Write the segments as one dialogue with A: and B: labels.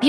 A: 美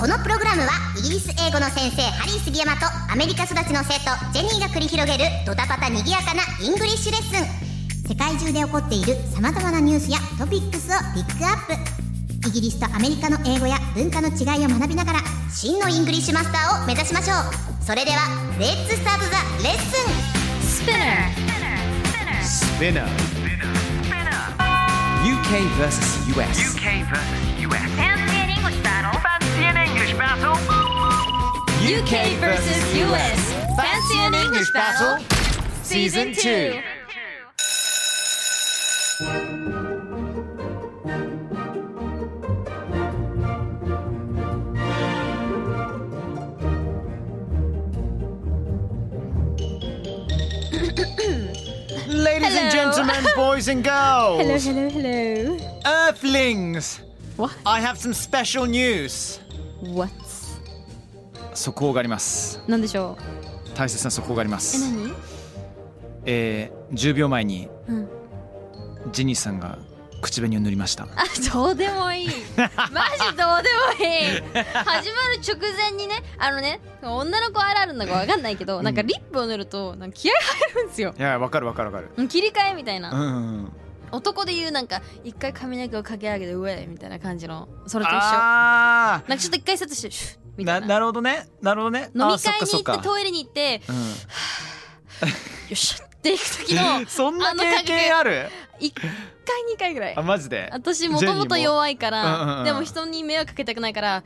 B: このプログラムはイギリス英語の先生ハリー杉山とアメリカ育ちの生徒ジェニーが繰り広げるドタパタにぎやかなイングリッシュレッスン世界中で起こっている様々なニュースやトピックスをピックアップイギリスとアメリカの英語や文化の違いを学びながら真のイングリッシュマスターを目指しましょうそれではレッツスタートザレッスン
C: Spinner. UK versus US.
D: UK versus US. Fancy an English battle. Fancy an English battle.
C: UK versus US. Fancy an English battle? Season 2. Ladies and gentlemen, boys and girls. Hello, hello, hello. Earthlings.
E: What?
C: I have some special news.
E: What?
C: 速報があります。
E: なんでしょう
C: 大切な速報がありま
E: え、
C: す。
E: 何
C: えー、10秒前に、
E: ん
C: ジニーさんが口紅を塗りました。
E: あ、どうでも いい。マジどうでもいい。始まる直前にね、あのね、女の子あるあるなのかわかんないけど、なんかリップを塗ると、なんか気合入るんですよ。
C: いやわかるわかるわかる。
E: うん切り替えみたいうな。
C: んうんうん。
E: 男で言うなんか、一回髪の毛をかけ上げて、上みたいな感じの、それと一緒。なん
C: ああ。
E: かちょっと一回セットして、シュッみた
C: ない
E: な。
C: なるほどね。なるほどね。
E: 飲
C: あー
E: み
C: そ
E: 会
C: かそ
E: に行っ
C: か
E: てトイレに行って、よ
C: う
E: っしゃって行く時の
C: ん、そんな
E: あの
C: 経
E: 感覚
C: 験ある
E: 一回二回ぐらい
C: あマジで
E: 私もともと弱いか
C: うんうんう
E: ら
C: ん
E: でも人に迷惑かけたくないからは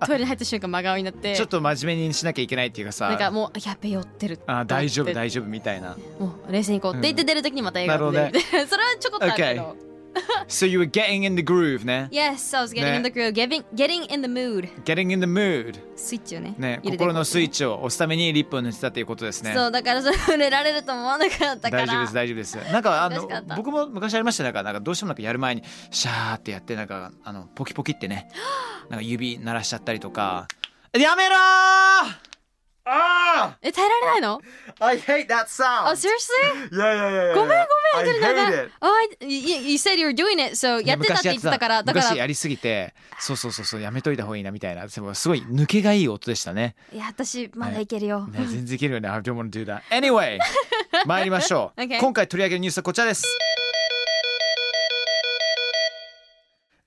E: ぁトイレに入った瞬間真顔になって
C: ちょっと真面目にしなきゃいけないっていうかさ
E: なんかもうやっべ酔ってる
C: あ大丈夫
E: 丈
C: 大丈夫みたいな
E: 夫もう冷静に行こうって言って出る時にまた笑顔で
C: なるほど
E: それはちょこっとあるけど
C: So you were getting in the groove ね
E: Yes, I was
C: ね
E: getting in the groove, getting, getting in the mood
C: Getting in the mood
E: スイッチをね
C: ね
E: 入れていこう
C: 心のスイッチを押すためにリップを塗ってたっていうことですね
E: そうだからそれ触れられると思わなかったから
C: 大丈夫です大丈夫ですなんか あ
E: 難
C: の
E: しかった
C: 僕も昔ありましたよなんかなんかどうしてもなんかやる前にシャーってやってなんかあのポキポキって ねなんか指鳴らしちゃったりとかやめろーあー
E: え耐えられないの
C: I hate that
E: あ
C: sound
E: seriously?
C: いやいやいやいや
E: ごめんごめん
C: ご
E: それなんか Oh, I- you, you said you were doing it, so やってたって言ってたからだから
C: 昔やりすぎてそうそうそうそうやめといた方がいいなみたいなでもすごい抜けがいい音でしたね
E: いや私まだいけるよ、
C: ね全然いけるよね I don't wanna do that anyway 参りましょう、
E: Okay
C: 今回取り上げるニュースはこちらです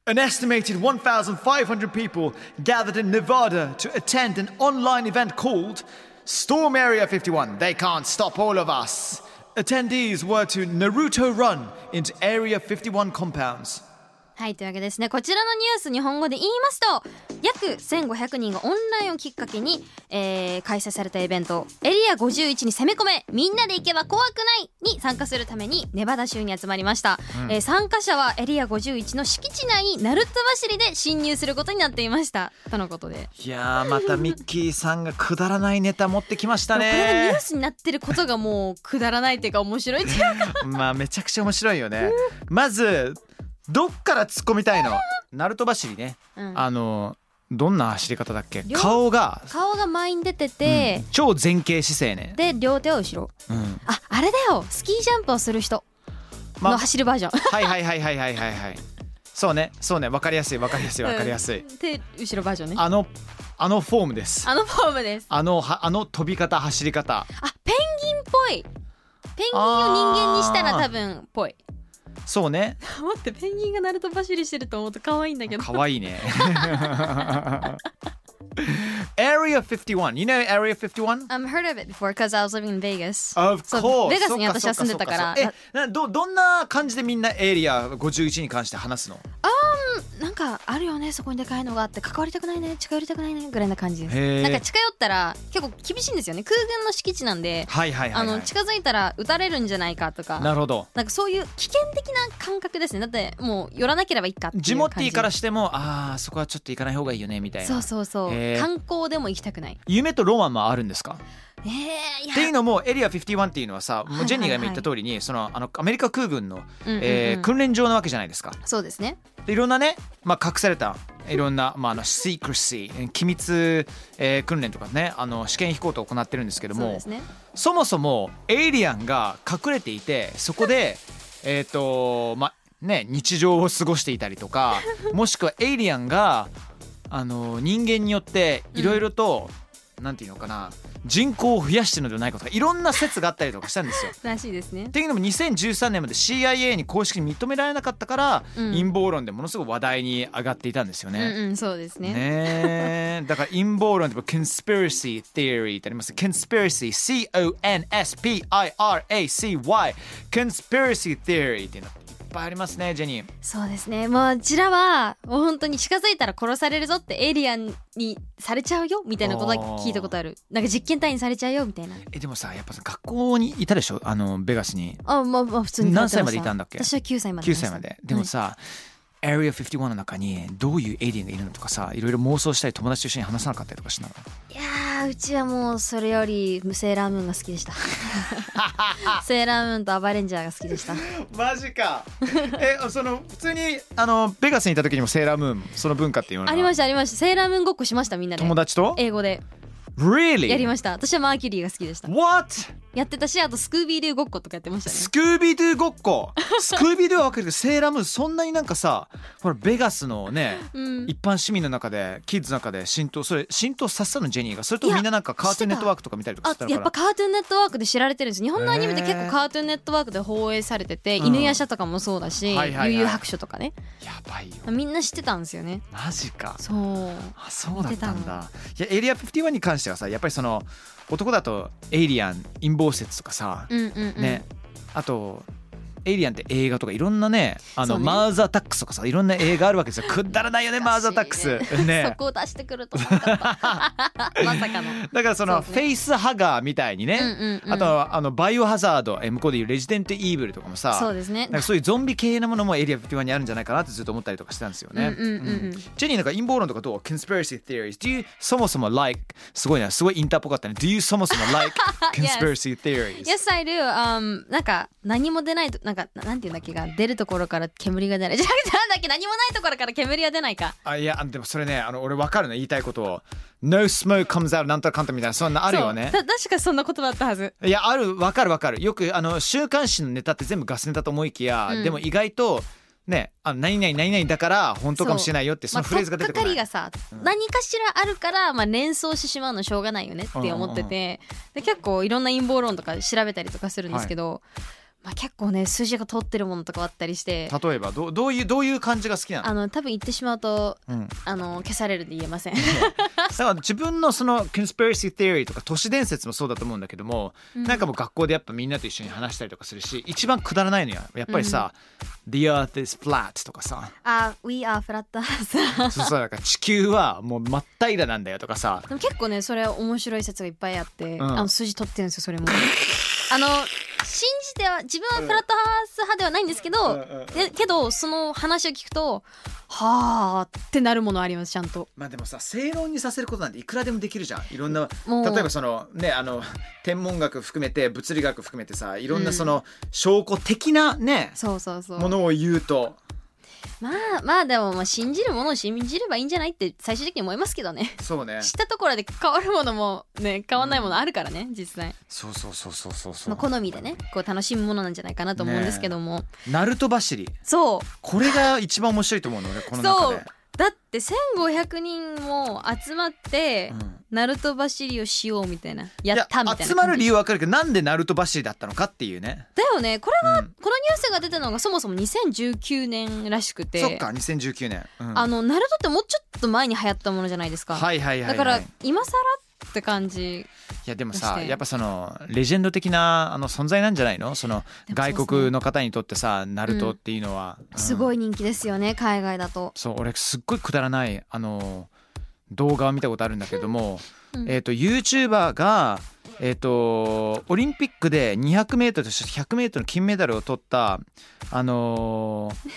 C: An estimated 1,500 people gathered in Nevada to attend an online event called Storm Area 51. They can't stop all of us. Attendees were to Naruto run into Area 51 compounds.
E: はいというわけですねこちらのニュース日本語で言いますと約1500人がオンラインをきっかけに、えー開催されたイベントエリア51に攻め込めみんなで行けば怖くないに参加するためにネバダ州に集まりました、えー参加者はエリア51の敷地内にナルト走りで侵入することになっていましたとのことで。
C: いやーまたミッキーさんがくだらないネタ持ってきました
E: これがニュ
C: ね
E: ー。スになってることがもうくだらないっていうか面白いっていうか
C: まあめちゃくちゃ面白いよね。まずどっから突っ込みたいの？ナルト走りね。
E: うん
C: あのどんな走り方だっけ？
E: 両
C: 顔が
E: 顔が前に出てて、
C: 超前傾姿勢ね。
E: で両手は後ろ
C: うん。
E: ああれだよスキージャンプをする人
C: ま
E: の
C: あ
E: 走るバージョン、
C: はいはいはいはいはいはいはい。そうねそうねわかりやすいわかりやすいわかりやすい。
E: で後ろバージョンねあ
C: あのあのフォームです。
E: のフォームです
C: あのはあの飛び方走り方。
E: あペンギンっぽいペンギンを人間にしたら多分ぽい
C: そうね。
E: 待ってペンギンがナルト走りしてると思うと可愛いんだけど
C: かわいい ね。Area 51. You know Area 51?
E: I've heard of it before because I was living in Vegas
C: Of
E: そう
C: course.
E: ベガス
C: そっ
E: に私は住んでたから
C: そっそっそっえ、などどんな感じでみんなエリア51に関して話すの？
E: なんなんかあるよねそこにでかいのがあって関わりたくないね近寄りたくないねぐらいな感じです
C: へー
E: なんか近寄ったら結構厳しいんですよね空軍の敷地なんで、
C: はいはいはい、
E: あ
C: は
E: の
C: い。
E: 近づいたら撃たれるんじゃないかとか
C: なるほど。
E: なんかそういう危険的な感覚ですねだってもう寄らなければいいかっていう感じ
C: ジモッティからしても、ああ、そこはちょっと行かない方がいいよねみたいな。
E: そうそうそう
C: へー
E: 観光でも行きたくない
C: 夢とロマンもあるんですか
E: えー、いや
C: っていうのもエリア51っていうのはさ、もうジェニーが今言った通りに、そのあのアメリカ空軍の、
E: うんうんうん
C: えー訓練場なわけじゃないですか。
E: そうですね
C: でいろんなね、まあ、隠されたいろんな、まあ、あの secrecy えー機密、えー訓練とかねあの試験飛行とか行ってるんですけど
E: そう
C: も
E: ですね
C: そもそもエイリアンが隠れていてそこでえっとまあね日常を過ごしていたりとかもしくはエイリアンがあの人間によっていろいろと、なんていうのかな人口を増やしてるのではないかとかいろんな説があったりとかしたんですよ。
E: らしいですね
C: っていうのも2013年まで CIA に公式に認められなかったから、
E: うん
C: 陰謀論でものすごく話題に上がっていたんですよね。
E: うんうんそうですね
C: ねえだから陰謀論って conspiracy theory ってあります conspiracy c-o-n-s-p-i-r-a-c-y conspiracy theory っていうのいっぱいありますねジェニー
E: そうですねもうあちらはもう本当に近づいたら殺されるぞってエイリアンにされちゃうよみたいなことは聞いたことあるなんか実験単位にされちゃうよみたいな
C: えでもさやっぱさ学校にいたでしょあのベガスに
E: あまあまあ普通に通って
C: 何
E: し
C: 歳までいたんだっけ
E: 私は9歳まで
C: 9歳まででも
E: はい
C: さ、Area 51の中にどういうエイリアンがいるのとかさいろいろ妄想したり友達と一緒に話さなかったりとかしながら
E: いやーうちはもうそれよりセーラームーンが好き でしたセーラームーンとアバレンジャーが好きでした
C: マジ かえその普通にあのベガスにいた時にもセーラームーンその文化っていうの
E: ありま
C: し
E: したありましたセーラームーンごっこしましたみんなで
C: 友達と
E: 英語で
C: Really?
E: やりました私はマーキュリーが好きでした
C: What?
E: やってたしあとスクービーデューごっことかやってましたね
C: スクービードゥーごっこスクービードゥーは分かるけどセーラームーンそんなになんかさほらベガスのね
E: うん
C: 一般市民の中でキッズの中で浸透それ浸透させたのジェニーがそれともみんななんかカートゥーンネットワークとか見たりとか
E: あ
C: してたの
E: や
C: か
E: っ
C: な
E: ぱカートゥーンネットワークで知られてるんです日本のアニメって結
C: へー
E: 構カートゥーンネットワークで放映されてて「
C: うん
E: 犬やシャ」とかもそうだし「
C: はいはいはい
E: 悠々白書」とかね
C: やばいよ
E: みんな知ってたんですよね
C: マジか
E: そう
C: あそうだった
E: 見
C: ん
E: てた
C: だいやエイリア51に関してはさやっぱりその男だとエイリアン陰謀説とかさ、
E: うんうんうん
C: ねあとエイリアンって映画とかいろんなねあ
E: そ
C: の
E: うね
C: マーズ・アタックスとかさいろんな映画あるわけで すよくだらないよねマーズ・アタックス
E: そ
C: ね
E: こを出してくると思わなかった まさかの
C: だからその
E: そう
C: フ
E: です
C: ェイスハガーみたいにね、
E: うんうんうん
C: あとあのバイオハザードえ向こうでいうレジデント・イーブルとかもさ
E: そうですね
C: なんかそういうゾンビ系のものもエイリアン51にあるんじゃないかなってずっと思ったりとかしてたんですよね。
E: うんうんうんうん
C: ジェニーなんか陰謀論とかどう ?conspiracy theories。Do you そもそも like すごいな、すごいインターっぽかったね。Do you そもそも like conspiracy theories?
E: Yes, I do. Um, なんか何も出ないとなんかななんていうんだっけが出るところから煙が出ない。じゃなくてなんだっけ何もないところから煙が出ないか。
C: あいや、あのでもそれね、あの俺わかるの言いたいことを。No smoke comes out なんとかかんとかみたいな、そんなあるよね
E: そ。うた確かそんな言葉だったはず。
C: いやあるわかるわかるよくあの週刊誌のネタって全部ガスネタと思いきや、でも意外とねあの何々何々だから本当かもしれないよってそのフレーズが出てこない、
E: まあ、とっかかりがさ、何かしらあるから、まあ、連想してしまうのしょうがないよねって思ってて、で結構いろんな陰謀論とか調べたりとかするんですけど、まあ、結構ね数字が通ってるものとかあったりして
C: 例えばどうどういうどういう感じが好きなの
E: あの多分言ってしまうと、
C: ん
E: あの消されるんで言えません。
C: だから自分のその conspiracy theory とか都市伝説もそうだと思うんだけども、なんかもう学校でやっぱみんなと一緒に話したりとかするし一番くだらないのはやっぱりさ「The earth is flat」とかさ
E: あ、We are flat earth
C: そうそうだから地球はもう真っ平らなんだよとかさ
E: でも結構ねそれ面白い説がいっぱいあって、
C: ん
E: あの数字取ってるんですよそれもあの信じては自分はフラットハウス派ではないんですけど、でけどその話を聞くとはあってなるものありますちゃんと
C: まあでもさ正論にさせることなんていくらでもできるじゃんいろんな
E: もう
C: 例えばそのねあの天文学含めて物理学含めてさいろんなその証拠的なね、
E: そうそうそう
C: ものを言うと
E: まあまあでもまあ信じるものを信じればいいんじゃないって最終的に思いますけどね
C: そうね
E: 知ったところで変わるものもね変わんないものあるからね実際、
C: そうそうそうそうそうそ
E: まあ、好みでねこう楽しむものなんじゃないかなと思うんですけども、
C: ナルト走り
E: そう
C: これが一番面白いと思うの俺この中
E: そ
C: で
E: うだって1500人も集まって、ナルト走りをしようみたいなやったみたいな感じ
C: 集まる理由わかるけどなんでナルト走りだったのかっていうね
E: だよねこれは、
C: うん
E: このニュースが出たのがそもそも2019年らしくて
C: そっか2019年、うん
E: あのナルトってもうちょっと前に流行ったものじゃないですか、
C: はいはいはいはい
E: だから今更っって感じ
C: いやでも
E: そし
C: さ
E: て
C: やっぱそのレジェンド的なあの存在なんじゃないのその
E: でもそうっすね
C: 外国の方にとってさナルトっていうのは、うん
E: すごい人気ですよね海外だと
C: そう俺すっごいくだらないあの動画を見たことあるんだけども、
E: うん
C: えっ、と YouTuber がえっ、とオリンピックで 200m と 100m の金メダルを取ったあ のー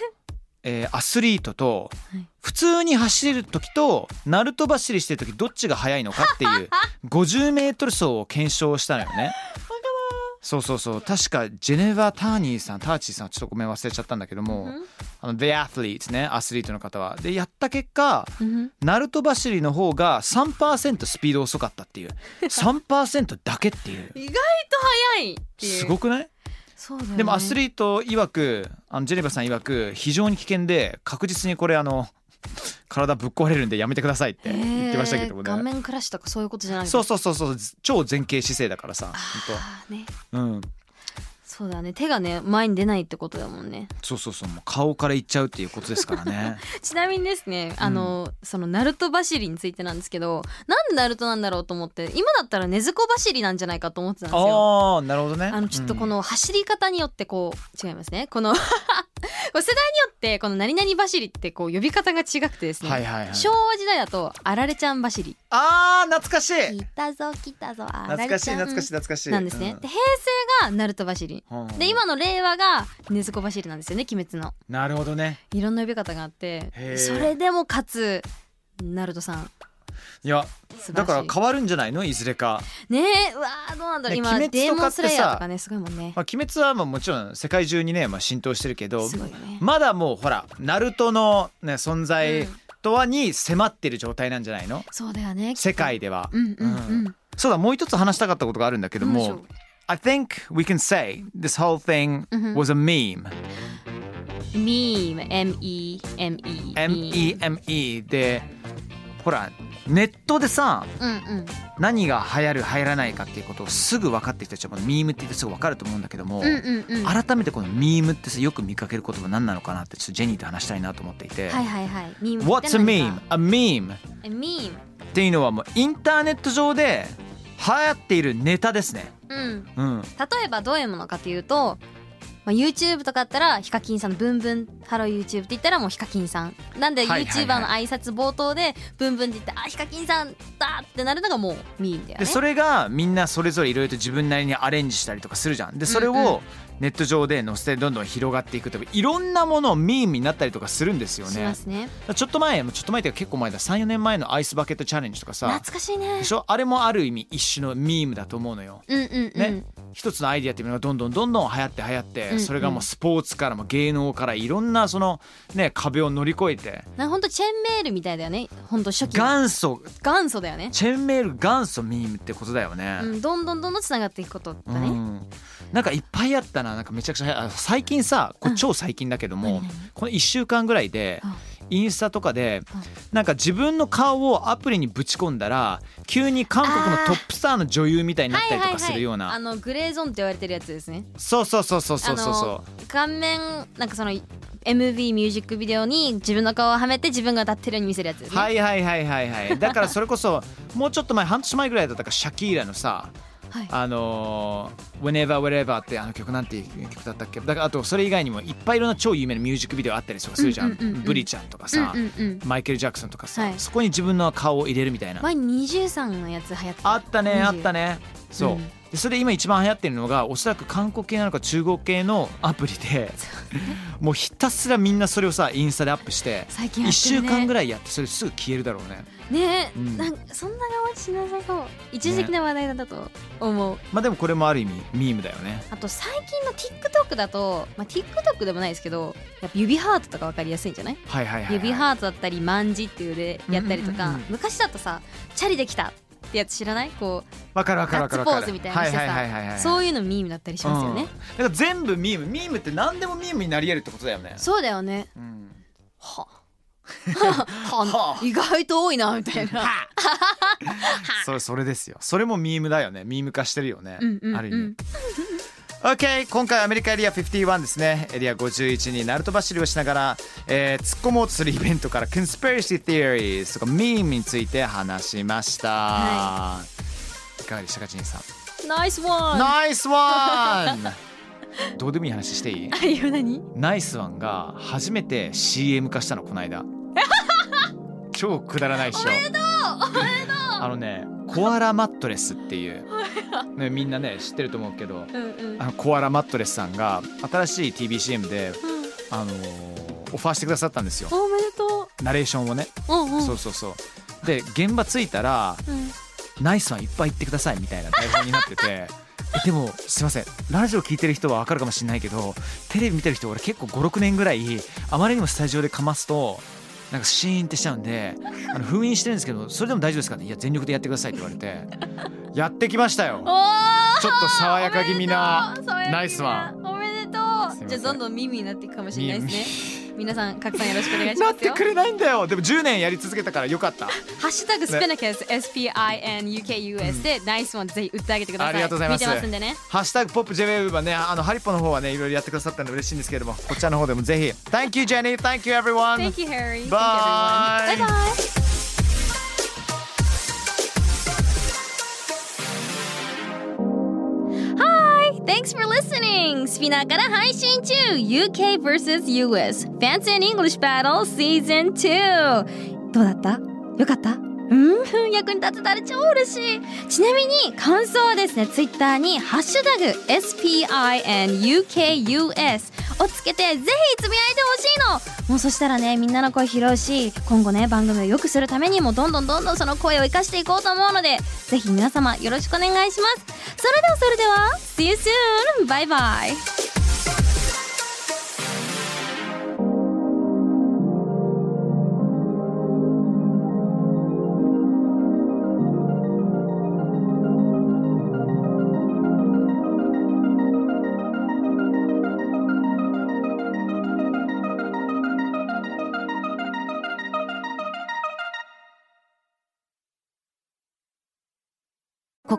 C: えーアスリートと
E: はい
C: 普通に走る時とナルト走りしてる時どっちが速いのかって いう 50m 走を検証したのよね。そうそうそう確かジェネバ・ターニーさんターチーさんちょっとごめん忘れちゃったんだけども、
E: うん
C: あの The Athlete ねアスリートの方は。でやった結果
E: うん
C: ナルト走りの方が3%スピード遅かったっ ていう3%だけっていう
E: 意外と早いっていう
C: すごくない
E: そうだよね
C: でもアスリート曰くあのジェネバさん曰く非常に危険で確実にこれあの 体ぶっ壊れるんでやめてくださいって言ってましたけども
E: えー顔
C: ね。
E: 面クラッシュとかそういうことじゃない
C: そう
E: う
C: そうそうそう超前傾姿勢だからさ
E: あーね
C: 本当うん
E: そうだね手がね前に出ないってことだもんね
C: そうそうそうもう顔からいっちゃうっていうことです からね
E: ちなみにですねあの、そのナルト走りについてなんですけどなんでナルトなんだろうと思って今だったらねずこ走りなんじゃないかと思ってたんですよ
C: ああなるほどね
E: あのちょっとこ
C: うん
E: の走り方によってこう違いますねこの 世代によってこの何々走りってこう呼び方が違くてですね、
C: はいはいはい
E: 昭和時代だとあられちゃん走り
C: あー懐かしい
E: 来たぞ来たぞあら
C: 懐
E: れ
C: かし
E: ち
C: い
E: ゃん
C: 懐かしい懐かしい
E: なんですね、で平成がナルト走り
C: うんうん
E: で今の令和がねずこ走りなんですよね鬼滅の
C: なるほどね
E: いろんな呼び方があって
C: へー
E: それでもかつナルトさん
C: いや
E: 素晴
C: だ
E: らしい
C: から変わるんじゃないのいずれか、
E: ねえうわーどうなんだろ
C: ね
E: う、今
C: 鬼滅
E: デー
C: と
E: モ
C: か
E: ン
C: ってさ
E: スレイヤーとかねすごいもんね
C: まあ、鬼滅はまあもちろん世界中にね、まあ、浸透してるけど
E: すごいよね
C: まだもうほらナルトの、ね、存
E: う
C: 在
E: ん
C: とはに迫ってる状態なんじゃないの、
E: そうだよね
C: 世界では、
E: うんうんうん、
C: うんそうだもう一つ話したかったことがあるんだけど
E: なんでしょ
C: も
E: う
C: I think we can say this whole thing
E: うんうん
C: was a meme
E: ミーム M-E-M-E
C: M-E-M-E でほらネットでさ
E: うんうん
C: 何が流行る流行らないかっていうことをすぐ分かってきた人はミームって言ってすぐ分かると思うんだけども、
E: うんうんうんは
C: 改めてこのミームってさよく見かける言葉何なのかなってちょっとジェニーと話したいなと思っていて、
E: いはいはいミーム
C: What's a meme? A meme
E: ミー
C: っていうのはもうインターネット上で流行っているネタですね。
E: ムう
C: う
E: ん
C: ん、
E: 例えばどういうものかというと、まあ、YouTube とかだったらヒカキンさんの「ブンブンハロー YouTube」って言ったらもうヒカキンさんなんで
C: はいはい
E: YouTuber の挨拶冒頭で「ブンブン」って言って「あヒカキンさんだ!」ってなるのがもうミームだよ
C: で
E: ね。
C: それがみんなそれぞれいろいろと自分なりにアレンジしたりとかするじゃん。でそれ
E: うんうん
C: をネット上で載せてどんどん広がっていくとかいろんなものをミームになったりとかするんですよ
E: し
C: ね
E: ま。すね。
C: ちょっと前ちょっと前っていうか結構前だ34年前のアイスバケットチャレンジとかさ
E: 懐かしいね
C: で。しょあれもある意味一種のミームだと思うのよ。
E: うんうんうん。
C: ね一つのアイディアっていうのがどんどんどんどん流行って流行って、
E: うん
C: それがもうスポーツからも芸能からいろんなそのね壁を乗り越えて
E: なんかほんとチェーンメールみたいだよね。ほんと初期の
C: 元祖
E: 元祖だよね。
C: チェーンメール元祖ミームってことだよね
E: う。ん、どんどんどんどんつながっていくこと
C: う
E: だね。
C: んなんかいっぱいあったななんかめちゃくちゃ流行あ最近さこれ超最近だけども、この1週間ぐらいで
E: あ
C: インスタとかで
E: あ
C: なんか自分の顔をアプリにぶち込んだら急に韓国のトップスターの女優みたいになったりとかするような、
E: あのグレーゾーンって言われてるやつですね。
C: そうそうそうそうそうそうそう
E: あの顔面なんかその MV ミュージックビデオに自分の顔をはめて自分が歌ってるように見せるやつですね。
C: はいはいはいはい はいだからそれこそもうちょっと前半年前ぐらいだったからシャキーラのさ
E: はい
C: あのー「Whenever Wherever」ってあの曲なんていう曲だったっけだからあとそれ以外にもいっぱいいろんな超有名なミュージックビデオあったりとかするじゃん,、
E: うんうんうんうん
C: ブリちゃんとかさ、
E: うんうんうん。
C: マイケル・ジャクソンとかさ、
E: はい
C: そこに自分の顔を入れるみたいな、
E: 前に20さんのやつ流行って
C: あったねあった
E: ね。
C: ねそう、
E: うん
C: でそれで今一番流行ってるのがおそらく韓国系なのか中国系のアプリでもうひたすらみんなそれをさインスタでアップして
E: 最近や
C: 1
E: って
C: 週
E: るね。
C: 間ぐらいやってそれすぐ消えるだろうね。
E: ねえ、
C: うん
E: なんかそんな顔しなさそう。一時的な話題だったと思う。
C: まあでもこれもある意味ミームだよね。
E: あと最近の TikTok だと、まあ、TikTok でもないですけどやっぱ指ハートとかわかりやすいんじゃない
C: はいはいはい、はい。
E: 指ハートだったりまんじっていうでやったりとか、
C: うんうんうんうん
E: 昔だとさチャリできたってやつ知らないこう
C: わかるわかるわかるわかる。
E: ガッツポーズみたいなのしてさ
C: はいはいはいはいはい。
E: そうういうのミームだったりしますよね、
C: ん。だから全部ミーム、ミームって何でもミームになり得るってことだよね。
E: そうだよね
C: うん。
E: はは
C: は
E: 意外と多いなみたいな
C: それそれですよ。それもミームだよね。ミーム化してるよね。
E: うんうんうん
C: ある意味。OK 今回アメリカエリア51ですねエリア51にナルト走りをしながら、えー突っ込もうとするイベントから Conspiracy Theories とかミームについて話しました、
E: は
C: いかがでしたかジンさん
E: ナイスワン
C: ナイスワン どうでもいい話していい
E: あいや何
C: ナイスワンが初めて CM 化したのこの 間超くだらないっしょおめでとうあのねコアラマットレスっていう、ね、みんなね知ってると思うけど
E: うんうん
C: あのコアラマットレスさんが新しい TBCM で、あのーオファーしてくださったんですよ
E: おめでと
C: ナレーションをね、
E: ううんうん
C: そうそうそうで現場着いたら
E: うん
C: ナイスワンいっぱい言ってくださいみたいな台本になってて えでもすいませんラジオ聞いてる人は分かるかもしれないけどテレビ見てる人俺結構56年ぐらいあまりにもスタジオでかますとなんかシーンってしちゃうんであの封印してるんですけどそれでも大丈夫ですかねいや全力でやってくださいって言われてやってきましたよ
E: おー
C: ちょっと爽やか気味な
E: おめでとう爽やか気味な
C: ナイスワン
E: おめでと
C: すいうま
E: じ
C: せ
E: ゃあ
C: ん
E: どんどん耳になっていくかもしれないですね皆さん拡散よろしくお願いし
C: な
E: ま
C: っ
E: す
C: て
E: よ
C: くれないんだよでも10年やり続けたからよかった
E: ハッシュタグスペナキャス SPINUKUS でナイスワンぜひ打ってあげてください
C: ありがとうございます
E: 見てますんでね
C: ハッシュタグポップ JWAVE はねあのハリポの方はねいろいろやってくださったんで嬉しいんですけれどもこちらの方でもぜひ Thank you Jenny Thank you everyone
E: Thank you
C: Bye.
E: Harry Thank you everyone. Bye bye Hi! Thanks for listening! スピナーから配信中 !UK vs.US Fancy and English Battle Season 2! どうだったよかったうん 役に立てたら超嬉しいちなみに感想はですねツイッターに「ハッシュタグ #SPINUKUS」をつけてぜひつぶやいてほしいのもうそしたらねみんなの声拾うし今後ね番組を良くするためにもどんどんどんどんその声を生かしていこうと思うのでぜひ皆様よろしくお願いしますそれではそれでは See you soon! バイバイ
F: こ